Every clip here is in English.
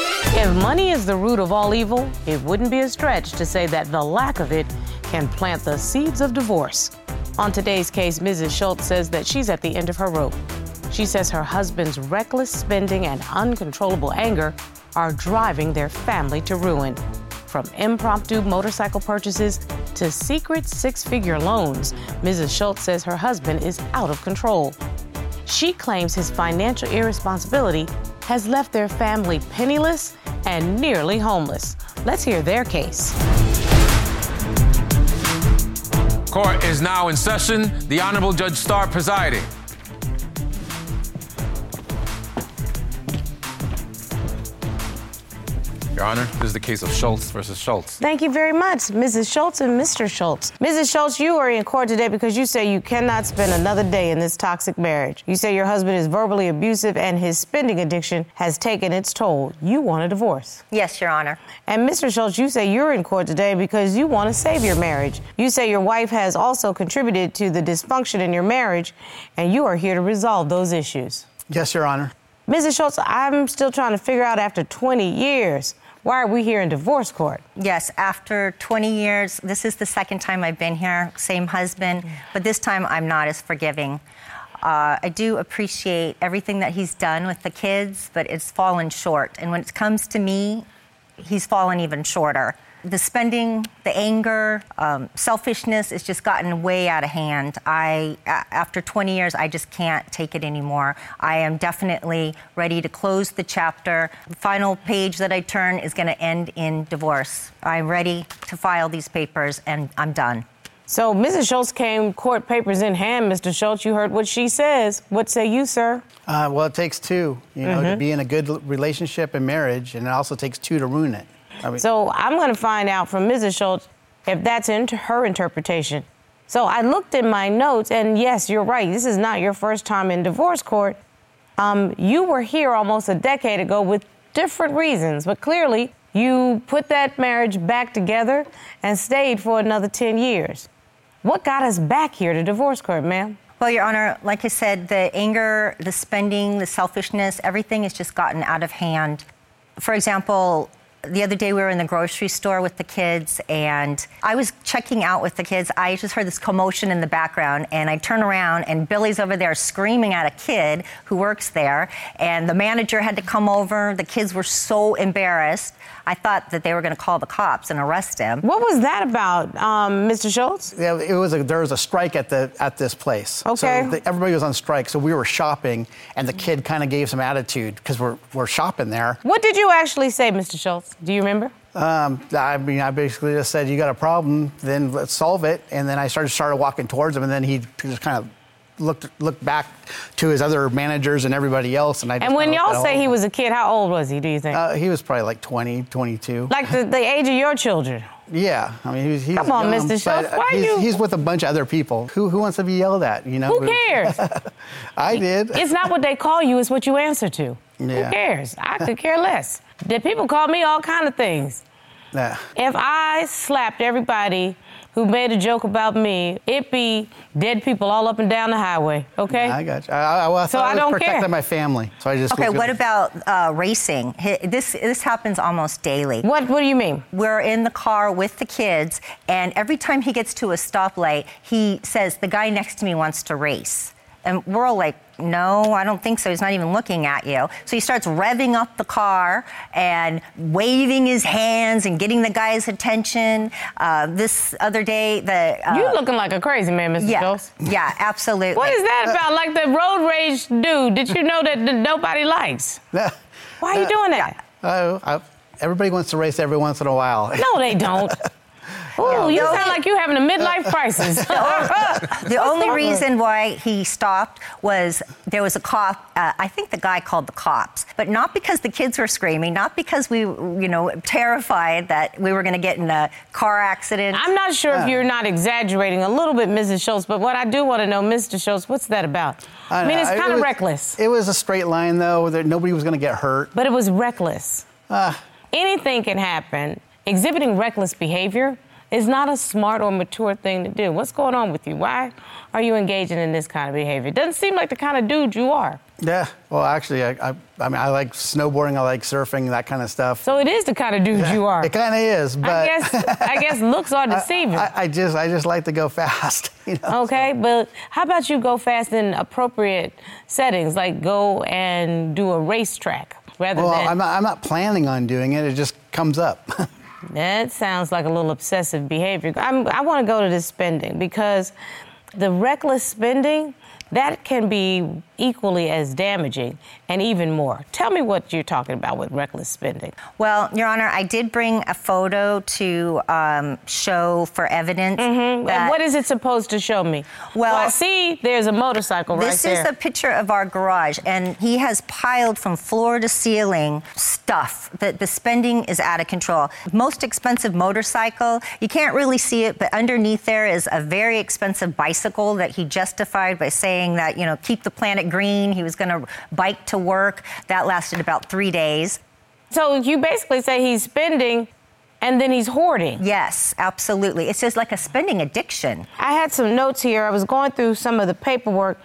If money is the root of all evil, it wouldn't be a stretch to say that the lack of it can plant the seeds of divorce. On today's case, Mrs. Schultz says that she's at the end of her rope. She says her husband's reckless spending and uncontrollable anger are driving their family to ruin. From impromptu motorcycle purchases to secret six figure loans, Mrs. Schultz says her husband is out of control. She claims his financial irresponsibility has left their family penniless and nearly homeless. Let's hear their case. Court is now in session. The Honorable Judge Starr presiding. Your Honor, this is the case of Schultz versus Schultz. Thank you very much, Mrs. Schultz and Mr. Schultz. Mrs. Schultz, you are in court today because you say you cannot spend another day in this toxic marriage. You say your husband is verbally abusive and his spending addiction has taken its toll. You want a divorce. Yes, Your Honor. And Mr. Schultz, you say you're in court today because you want to save your marriage. You say your wife has also contributed to the dysfunction in your marriage, and you are here to resolve those issues. Yes, Your Honor. Mrs. Schultz, I'm still trying to figure out after 20 years why are we here in divorce court? Yes, after 20 years, this is the second time I've been here, same husband, but this time I'm not as forgiving. Uh, I do appreciate everything that he's done with the kids, but it's fallen short. And when it comes to me, he's fallen even shorter. The spending, the anger, um, selfishness, it's just gotten way out of hand. I, a- after 20 years, I just can't take it anymore. I am definitely ready to close the chapter. The final page that I turn is going to end in divorce. I'm ready to file these papers, and I'm done. So Mrs. Schultz came court papers in hand, Mr. Schultz. You heard what she says. What say you, sir? Uh, well, it takes two, you know, Mm-hmm. to be in a good l- relationship and marriage, and it also takes two to ruin it. I mean, So I'm going to find out from Mrs. Schultz if that's into her interpretation. So I looked in my notes, and yes, you're right. This is not your first time in divorce court. Um, you were here almost a decade ago with different reasons, but clearly you put that marriage back together and stayed for another 10 years. What got us back here to divorce court, ma'am? Well, Your Honor, like I said, the anger, the spending, the selfishness, everything has just gotten out of hand. For example, the other day we were in the grocery store with the kids, and I was checking out with the kids. I just heard this commotion in the background, and I turn around, and Billy's over there screaming at a kid who works there. And the manager had to come over. The kids were so embarrassed. I thought that they were going to call the cops and arrest him. What was that about, um, Mr. Schultz? yeah, it was a, there was a strike at the at this place. Okay. So the, everybody was on strike, so we were shopping, and the kid kind of gave some attitude because we're we're shopping there. What did you actually say, Mr. Schultz? Do you remember? Um, I mean, I basically just said, "You got a problem, then let's solve it." And then I started started walking towards him, and then he just kind of looked looked back to his other managers and everybody else, and I. just And when kinda looked y'all at say all he of was a kid, how old was he, do you think? them. Uh, he was probably like 20, 22. like the, the age of your children. Yeah, I mean, he's, he's Come on, young, Mr. but Schultz, why he's, you- he's with a bunch of other people. Who who wants to be yelled at? You know, Who cares? I did. it's not what they call you, it's what you answer to. Who Yeah. cares? I could care less. The people call me all kind of things. Nah. If I slapped everybody who made a joke about me, it'd be dead people all up and down the highway, okay? I got you. I, I, I thought So I I was don't protecting care. my family, so I just. Okay, was what gonna- about uh, racing? Hi- This, this happens almost daily. what, what do you mean? we're in the car with the kids, and every time he gets to a stoplight, he says, The guy next to me wants to race. And we're all like, No, I don't think so. He's not even looking at you. So he starts revving up the car and waving his hands and getting the guy's attention. Uh, this other day, the. Uh, you looking like a crazy man, Mr. yeah, Schultz. yeah, absolutely. What is that about? Like the road rage dude that you know that, that nobody likes. Nah. Why are you Uh, doing that? Oh, I, everybody wants to race every once in a while. No, they don't. Ooh, you No. sound like you're having a midlife crisis. uh, the only reason why he stopped was there was a cop. Uh, I think the guy called the cops, but not because the kids were screaming, not because we, you know, terrified that we were going to get in a car accident. I'm not sure if you're not exaggerating a little bit, Mrs. Schultz, but what I do want to know, Mr. Schultz, what's that about? I, mean, it's it kind of was- reckless, It was a straight line, though. That nobody was going to get hurt. Ah, but it was reckless. Anything can happen. Exhibiting reckless behavior is not a smart or mature thing to do. What's going on with you? Why are you engaging in this kind of behavior? It doesn't seem like the kind of dude you are. Yeah. Well, actually, I, I, I mean, I like snowboarding. I like surfing, that kind of stuff. So it is the kind of dude you are. It kind of is, but I guess I guess looks are deceiving. I, I just, I just like to go fast. You know? Okay, but how about you go fast in appropriate settings, like go and do a racetrack rather Well, than. I'm not, I'm not planning on doing it. It just comes up. That sounds like a little obsessive behavior. I'm, I want to go to this spending because the reckless spending that can be equally as damaging and even more. Tell me what you're talking about with reckless spending. Well, Your Honor, I did bring a photo to um, show for evidence. Mm-hmm. And that- what is it supposed to show me? Well- I see there's a motorcycle right This there. is a picture of our garage, and he has piled from floor to ceiling stuff. The, the spending is out of control. Most expensive motorcycle, you can't really see it, but underneath there is a very expensive bicycle that he justified by saying that, you know, keep the planet green. He was going to bike to work. That lasted about three days. So you basically say he's spending and then he's hoarding. Yes, absolutely. It's just like a spending addiction. I had some notes here. I was going through some of the paperwork.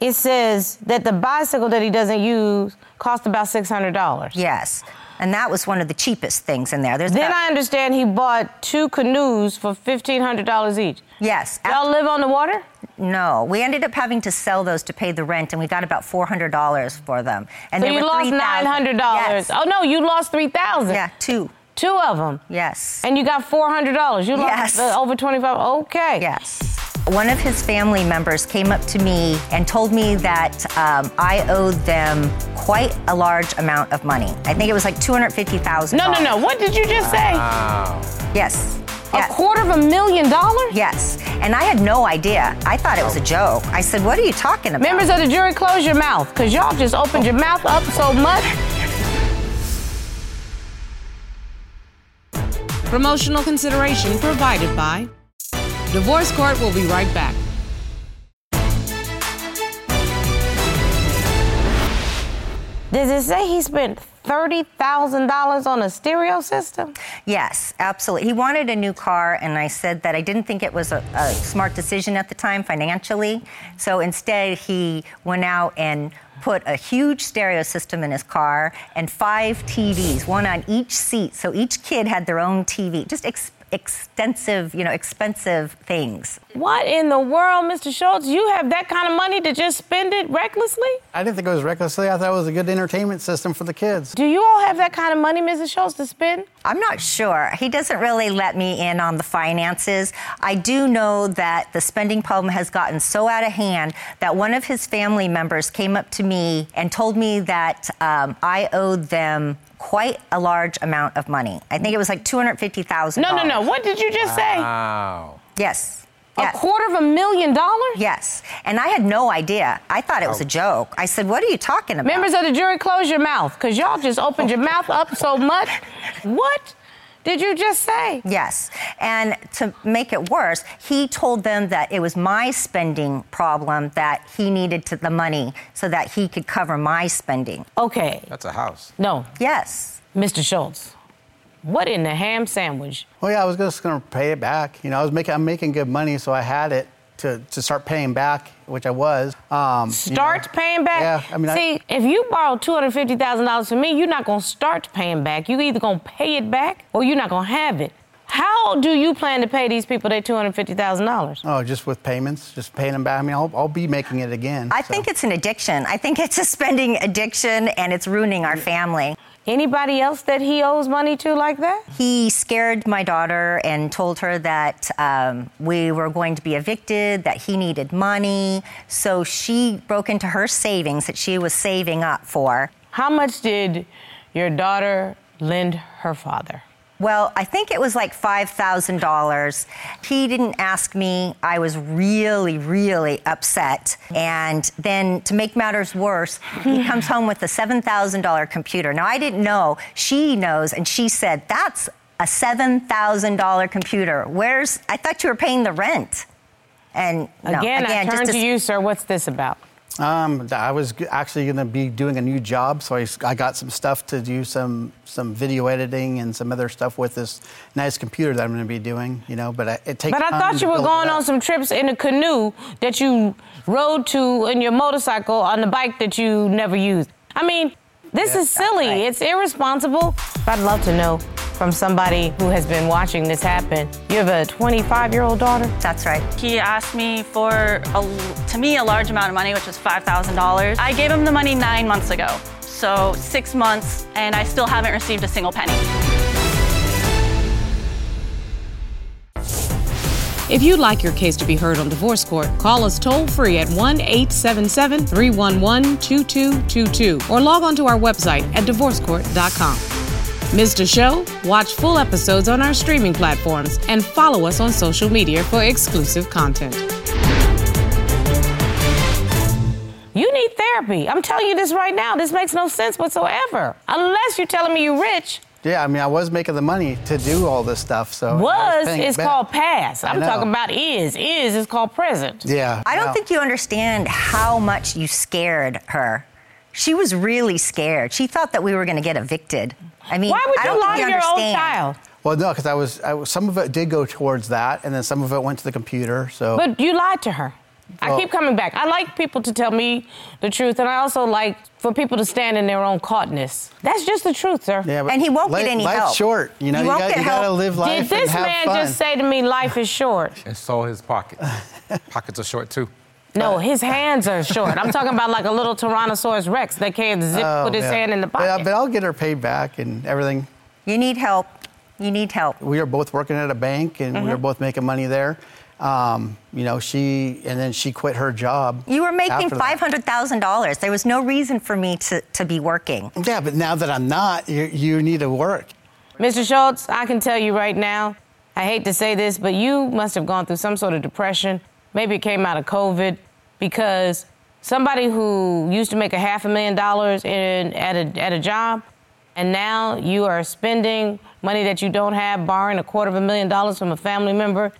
It says that the bicycle that he doesn't use cost about $600. Yes. And that was one of the cheapest things in there. There's Then about- I understand he bought two canoes for $1,500 each. Yes. Y'all live on the water? No, we ended up having to sell those to pay the rent, and we got about four hundred dollars for them. And So they you were lost $900. 3,000. Yes. Oh, no, you lost 3000 Yeah, two. Two of them. Yes. And you got $400. You lost Yes. uh, over 25 Okay. yes. One of his family members came up to me and told me that um, I owed them quite a large amount of money. I think it was like two hundred fifty thousand. No, no, no. What did you just say? Yes. A Yes. quarter of a million dollars? Yes. And I had no idea. I thought it was a joke. I said, "What are you talking about?" Members of the jury, close your mouth, because y'all just opened your mouth up so much. Promotional consideration provided by Divorce Court will be right back. Does it say he spent $30,000 on a stereo system? Yes, absolutely. He wanted a new car, and I said that I didn't think it was a, a smart decision at the time financially. So instead, he went out and put a huge stereo system in his car and five TVs, one on each seat. So each kid had their own TV. Just ex- extensive, you know, expensive things. What in the world, Mr. Schultz? You have that kind of money to just spend it recklessly? I didn't think it was recklessly. I thought it was a good entertainment system for the kids. Do you all have that kind of money, Mrs. Schultz, to spend? I'm not sure. He doesn't really let me in on the finances. I do know that the spending problem has gotten so out of hand that one of his family members came up to me and told me that um, I owed them quite a large amount of money. I think it was like two hundred fifty thousand. No, no, no. What did you just say? Wow. Yes. A Yes. quarter of a million dollars? Yes. And I had no idea. I thought it was a joke. I said, "What are you talking about?" Oh. Members of the jury, close your mouth, because y'all just opened your mouth up so much. What did you just say? Yes. And to make it worse, he told them that it was my spending problem that he needed to, the money so that he could cover my spending. Okay. That's a house. No, Yes. Mr. Schultz, what in the ham sandwich? Well, yeah, I was just going to pay it back. You know, I was making, I'm making good money, so I had it to, to start paying back, which I was. Um, you know. Start paying back. Yeah, I mean, I- see, if you borrow two hundred fifty thousand dollars from me, you're not gonna start paying back. You either gonna pay it back or you're not gonna have it. How do you plan to pay these people their two hundred fifty thousand dollars? Oh, just with payments, just paying them back. I mean, I'll, I'll be making it again. I so. think it's an addiction. I think it's a spending addiction and it's ruining our family. Anybody else that he owes money to like that? He scared my daughter and told her that um, we were going to be evicted, that he needed money. So she broke into her savings that she was saving up for. How much did your daughter lend her father? Well, I think it was like $5,000. He didn't ask me. I was really, really upset. And then to make matters worse, he comes home with a $7,000 computer. Now, I didn't know. She knows, and she said, That's a $7,000 computer. Where's, I thought you were paying the rent. And no, again, I turn just to you, sir. What's this about? Um, I was g- actually going to be doing a new job, so I, s- I got some stuff to do some some video editing and some other stuff with this nice computer that I'm going to be doing. You know, but I, it takes. But I Um, time thought to you were build it going up. on some trips in a canoe that you rode to in your motorcycle on the bike that you never used. I mean, this Yeah, is silly. right. It's irresponsible. But I'd love to know from somebody who has been watching this happen. You have a 25 year old daughter? That's right. He asked me for, a, to me, a large amount of money, which was $5,000. I gave him the money nine months ago. So six months, and I still haven't received a single penny. If you'd like your case to be heard on divorce court, call us toll free at 1 877 311 2222 or log on to our website at divorcecourt.com. Missed a show? Watch full episodes on our streaming platforms and follow us on social media for exclusive content. You need therapy. I'm telling you this right now. This makes no sense whatsoever. Unless you're telling me you're rich. Yeah, I mean, I was making the money to do all this stuff, so I Was paying it is back. called past. I'm know. talking about is. Is is called present. Yeah, I don't no. think you understand how much you scared her. She was really scared. She thought that we were going to get evicted. I mean, Why I would don't you lie think to your own understand. child? Well, no, because I was, I was. Some of it did go towards that, and then some of it went to the computer. So But you lied to her. I Well- keep coming back. I like people to tell me the truth, and I also like for people to stand in their own caughtness. That's just the truth, sir. yeah, but and he won't get life- any life's help. short, you know. You You, won't got, get you gotta help. live Did life this and have man fun. just say to me, life is short? And so his pocket. Pockets are short too. No, his hands are short. I'm talking about like a little Tyrannosaurus Rex that can't zip, Oh, put his yeah. hand in the But, I- pocket. but I'll get her paid back and everything. You need help. You need help. we were both working at a bank and Mm-hmm. we were both making money there. Um, you know, she and then she quit her job. You were making after that. five hundred thousand dollars. There was no reason for me to, to be working. Yeah, but now that I'm not, you, you need to work. Mr. Schultz, I can tell you right now, I hate to say this, but you must have gone through some sort of depression. Maybe it came out of COVID because somebody who used to make a half a million dollars in, at, a, at a job, and now you are spending money that you don't have, borrowing a quarter of a million dollars from a family member,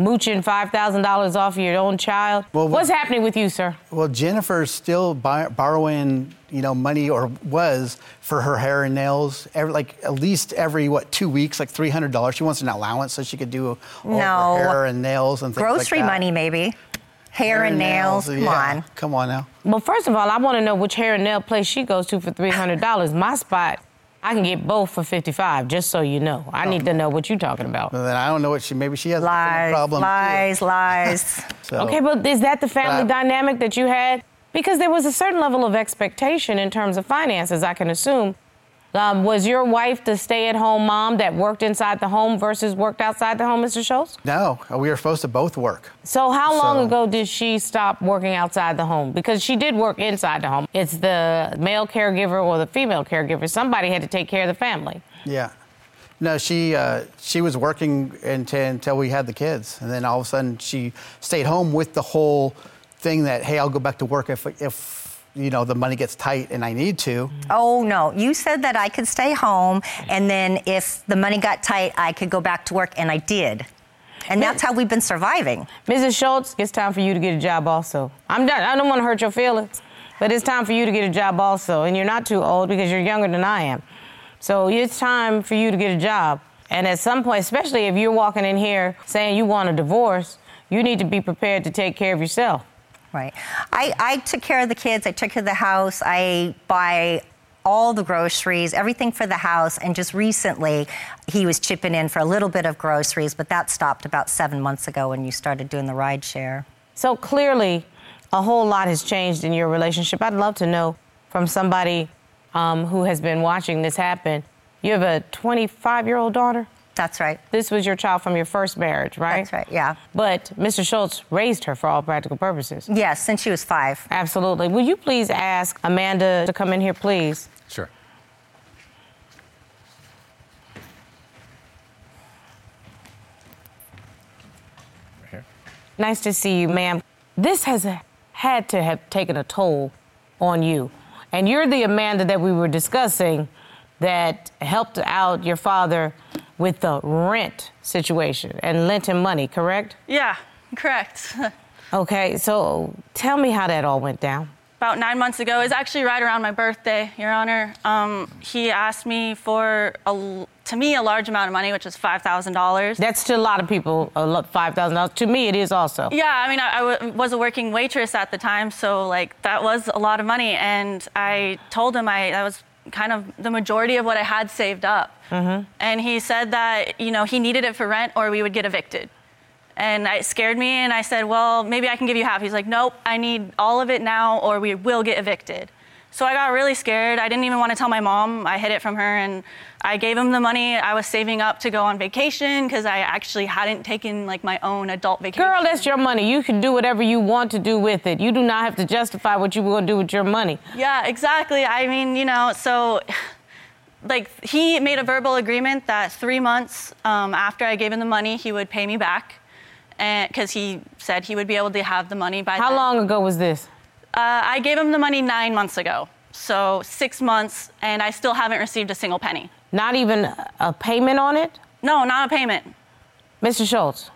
mooching $5,000 off your own child. Well, What's what- happening with you, sir? Well, Jennifer's still buy, borrowing, you know, money or was for her hair and nails, every, like at least every what two weeks, like three hundred dollars. She wants an allowance so she could do all of No. her hair and nails and things like Grocery that. money, maybe. Hair, and nails. Come yeah. on. come on now. Well, first of all, I want to know which hair and nail place she goes to for three hundred dollars. My spot, I can get both for fifty-five. Just so you know, I need to know what you're talking about. But then I don't know what she. Maybe she has a Lies, problem. too. lies, lies. So- Okay, but is that the family But I- dynamic that you had? Because there was a certain level of expectation in terms of finances, I can assume. Um, was your wife the stay-at-home mom that worked inside the home versus worked outside the home, Mr. Schultz? No, we were supposed to both work. So how long So- ago did she stop working outside the home? Because she did work inside the home. It's the male caregiver or the female caregiver. Somebody had to take care of the family. Yeah. No, she uh, she was working until, until we had the kids, and then all of a sudden she stayed home with the whole thing that hey, I'll go back to work if if you know the money gets tight and I need to. Mm-hmm. Oh no, you said that I could stay home and then if the money got tight, I could go back to work and I did. And that's how we've been surviving. Mrs. Schultz, it's time for you to get a job also. I'm done. I don't want to hurt your feelings, but it's time for you to get a job also. And you're not too old because you're younger than I am. So it's time for you to get a job. And at some point, especially if you're walking in here saying you want a divorce, you need to be prepared to take care of yourself. Right. I, I took care of the kids, I took care of the house, I buy all the groceries, everything for the house, and just recently he was chipping in for a little bit of groceries, but that stopped about seven months ago when you started doing the ride share. So clearly, a whole lot has changed in your relationship. I'd love to know from somebody um, who has been watching this happen. You have a 25 year old daughter? That's right. This was your child from your first marriage, right? That's right, yeah. But Mr. Schultz raised her for all practical purposes. Yes, since she was five. Absolutely. Will you please ask Amanda to come in here, please? Sure. Nice to see you, ma'am. This has had to have taken a toll on you. And you're the Amanda that we were discussing that helped out your father with the rent situation and lent him money, correct? Yeah, correct. Okay, so tell me how that all went down. about nine months ago. It was actually right around my birthday, Your Honor. Um, he asked me for, a, l- to me, a large amount of money, which was $5,000. That's to a lot of people, a lot, $5,000. To me, it is also. Yeah, I mean, I I w- was a working waitress at the time, so like that was a lot of money. And I told him I that was kind of the majority of what I had saved up. Mm-hmm. And he said that you know he needed it for rent or we would get evicted. And it scared me, and I said, well, maybe I can give you half. He's like, nope, I need all of it now or we will get evicted. So I got really scared. I didn't even want to tell my mom. I hid it from her and I gave him the money I was saving up to go on vacation because I actually hadn't taken like my own adult vacation. Girl, that's your money. You can do whatever you want to do with it. You do not have to justify what you were going to do with your money. Yeah, exactly. I mean, you know, so like he made a verbal agreement that three months um, after I gave him the money, he would pay me back. Because he said he would be able to have the money by How then. long ago was this? Uh, I gave him the money nine months ago. So six months, and I still haven't received a single penny. Not even a payment on it? No, not a payment. Mr. Schultz,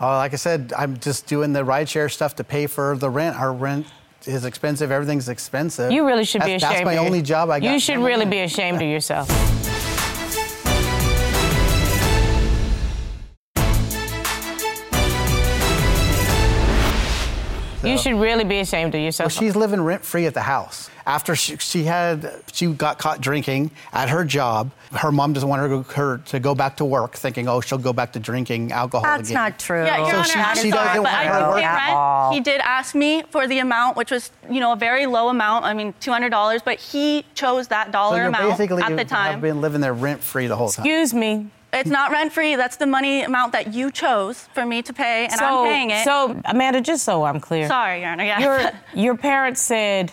Uh, like I said, I'm just doing the rideshare stuff to pay for the rent. Our rent is expensive. Everything's expensive. you really should be That's- ashamed. That's my of your- only job I got. You should really be ashamed of yourself. You should really be ashamed of Well, yourself. she's living rent free at the house. After she, she had she got caught drinking at her job, her mom doesn't want her, to go- her to go back to work, thinking, oh, she'll go back to drinking alcohol That's again. not true. Yeah, Your Oh. So Honor, she- I'm she sorry, doesn't but want I her did work get at rent. all. He did ask me for the amount, which was, you know, a very low amount. I mean, $200, but he chose that So dollar you're amount basically at you the time. have been living there rent free the whole time. Excuse me. It's not rent free. That's the money amount that you chose for me to pay, and so, I'm paying it. so, Amanda, just so I'm clear. Sorry, Your Honor. Yeah. Your, your parents said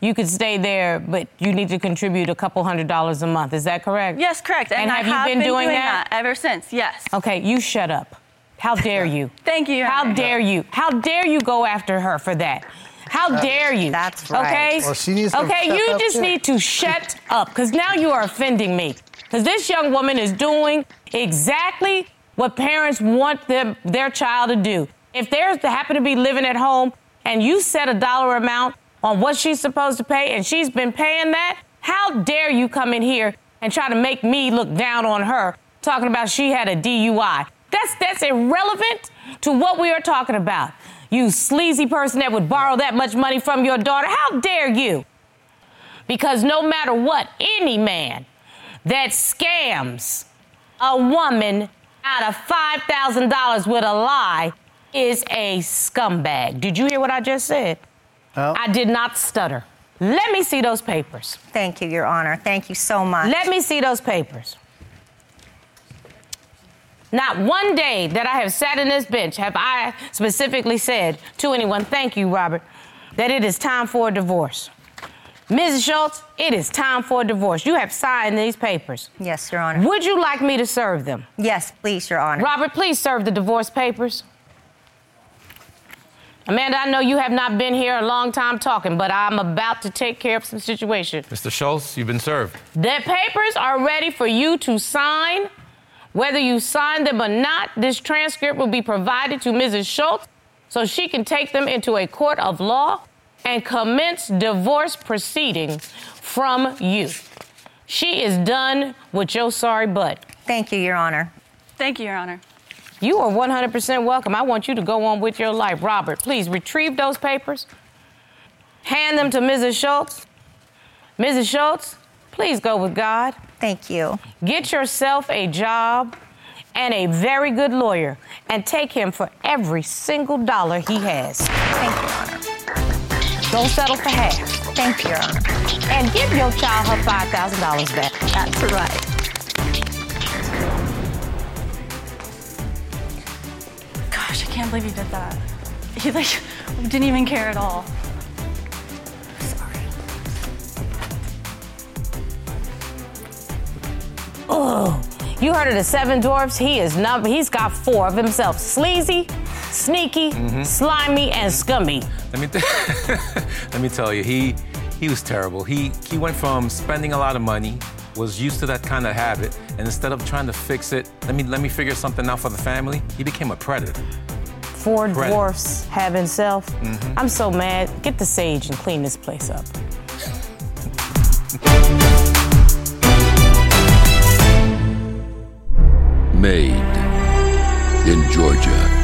you could stay there, but you need to contribute a couple hundred dollars a month. Is that correct? yes, correct. And, I have you been, doing, that? Oh. ever since? Yes. Okay, you shut up. How dare you? Thank you, Your How Honor. dare you? How dare you go after her for that? How dare you? That's right. Okay. Well, she needs to okay, step you up, just too. need to shut up, because now you are offending me. Because this young woman is doing exactly what parents want them, their child to do. If they happen to be living at home and you set a dollar amount on what she's supposed to pay and she's been paying that, how dare you come in here and try to make me look down on her talking about she had a DUI? That's, that's irrelevant to what we are talking about. You sleazy person that would borrow that much money from your daughter, how dare you? Because no matter what, any man that scams a woman out of $5,000 with a lie is a scumbag. Did you hear what I just said? I did not stutter. Let me see those papers. Thank you, Your Honor. Thank you so much. Let me see those papers. Not one day that I have sat in this bench have I specifically said to anyone, thank you, Robert, that it is time for a divorce. Mrs. Schultz, it is time for a divorce. You have signed these papers. yes, Your Honor. Would you like me to serve them? Yes, please, Your Honor. Robert, please serve the divorce papers. Amanda, I know you have not been here a long time talking, but I'm about to take care of some situation. Mr. Schultz, you've been served. The papers are ready for you to sign. Whether you sign them or not, this transcript will be provided to Mrs. Schultz so she can take them into a court of law and commence divorce proceedings from you. She is done with your sorry butt. Thank you, Your Honor. Thank you, Your Honor. You are 100% welcome. I want you to go on with your life. Robert, please retrieve those papers, hand them to Mrs. Schultz. Mrs. Schultz, please go with God. Thank you. Get yourself a job and a very good lawyer and take him for every single dollar he has. Thank you, Your Honor. Don't settle for half. Thank you, Your Honor. And give your child her $5,000 back. That's right. Gosh, I can't believe he did that. He like didn't even care at all. Sorry. You heard of the seven dwarfs? He is not, he's got four of himself sleazy, sneaky, slimy, and scummy. Let me t- let me tell you, he he was terrible. He he went from spending a lot of money, was used to that kind of habit, and instead of trying to fix it, let me let me figure something out for the family, he became a predator. four Incredible. dwarfs having self. I'm so mad. Get the sage and clean this place up. Made in Georgia.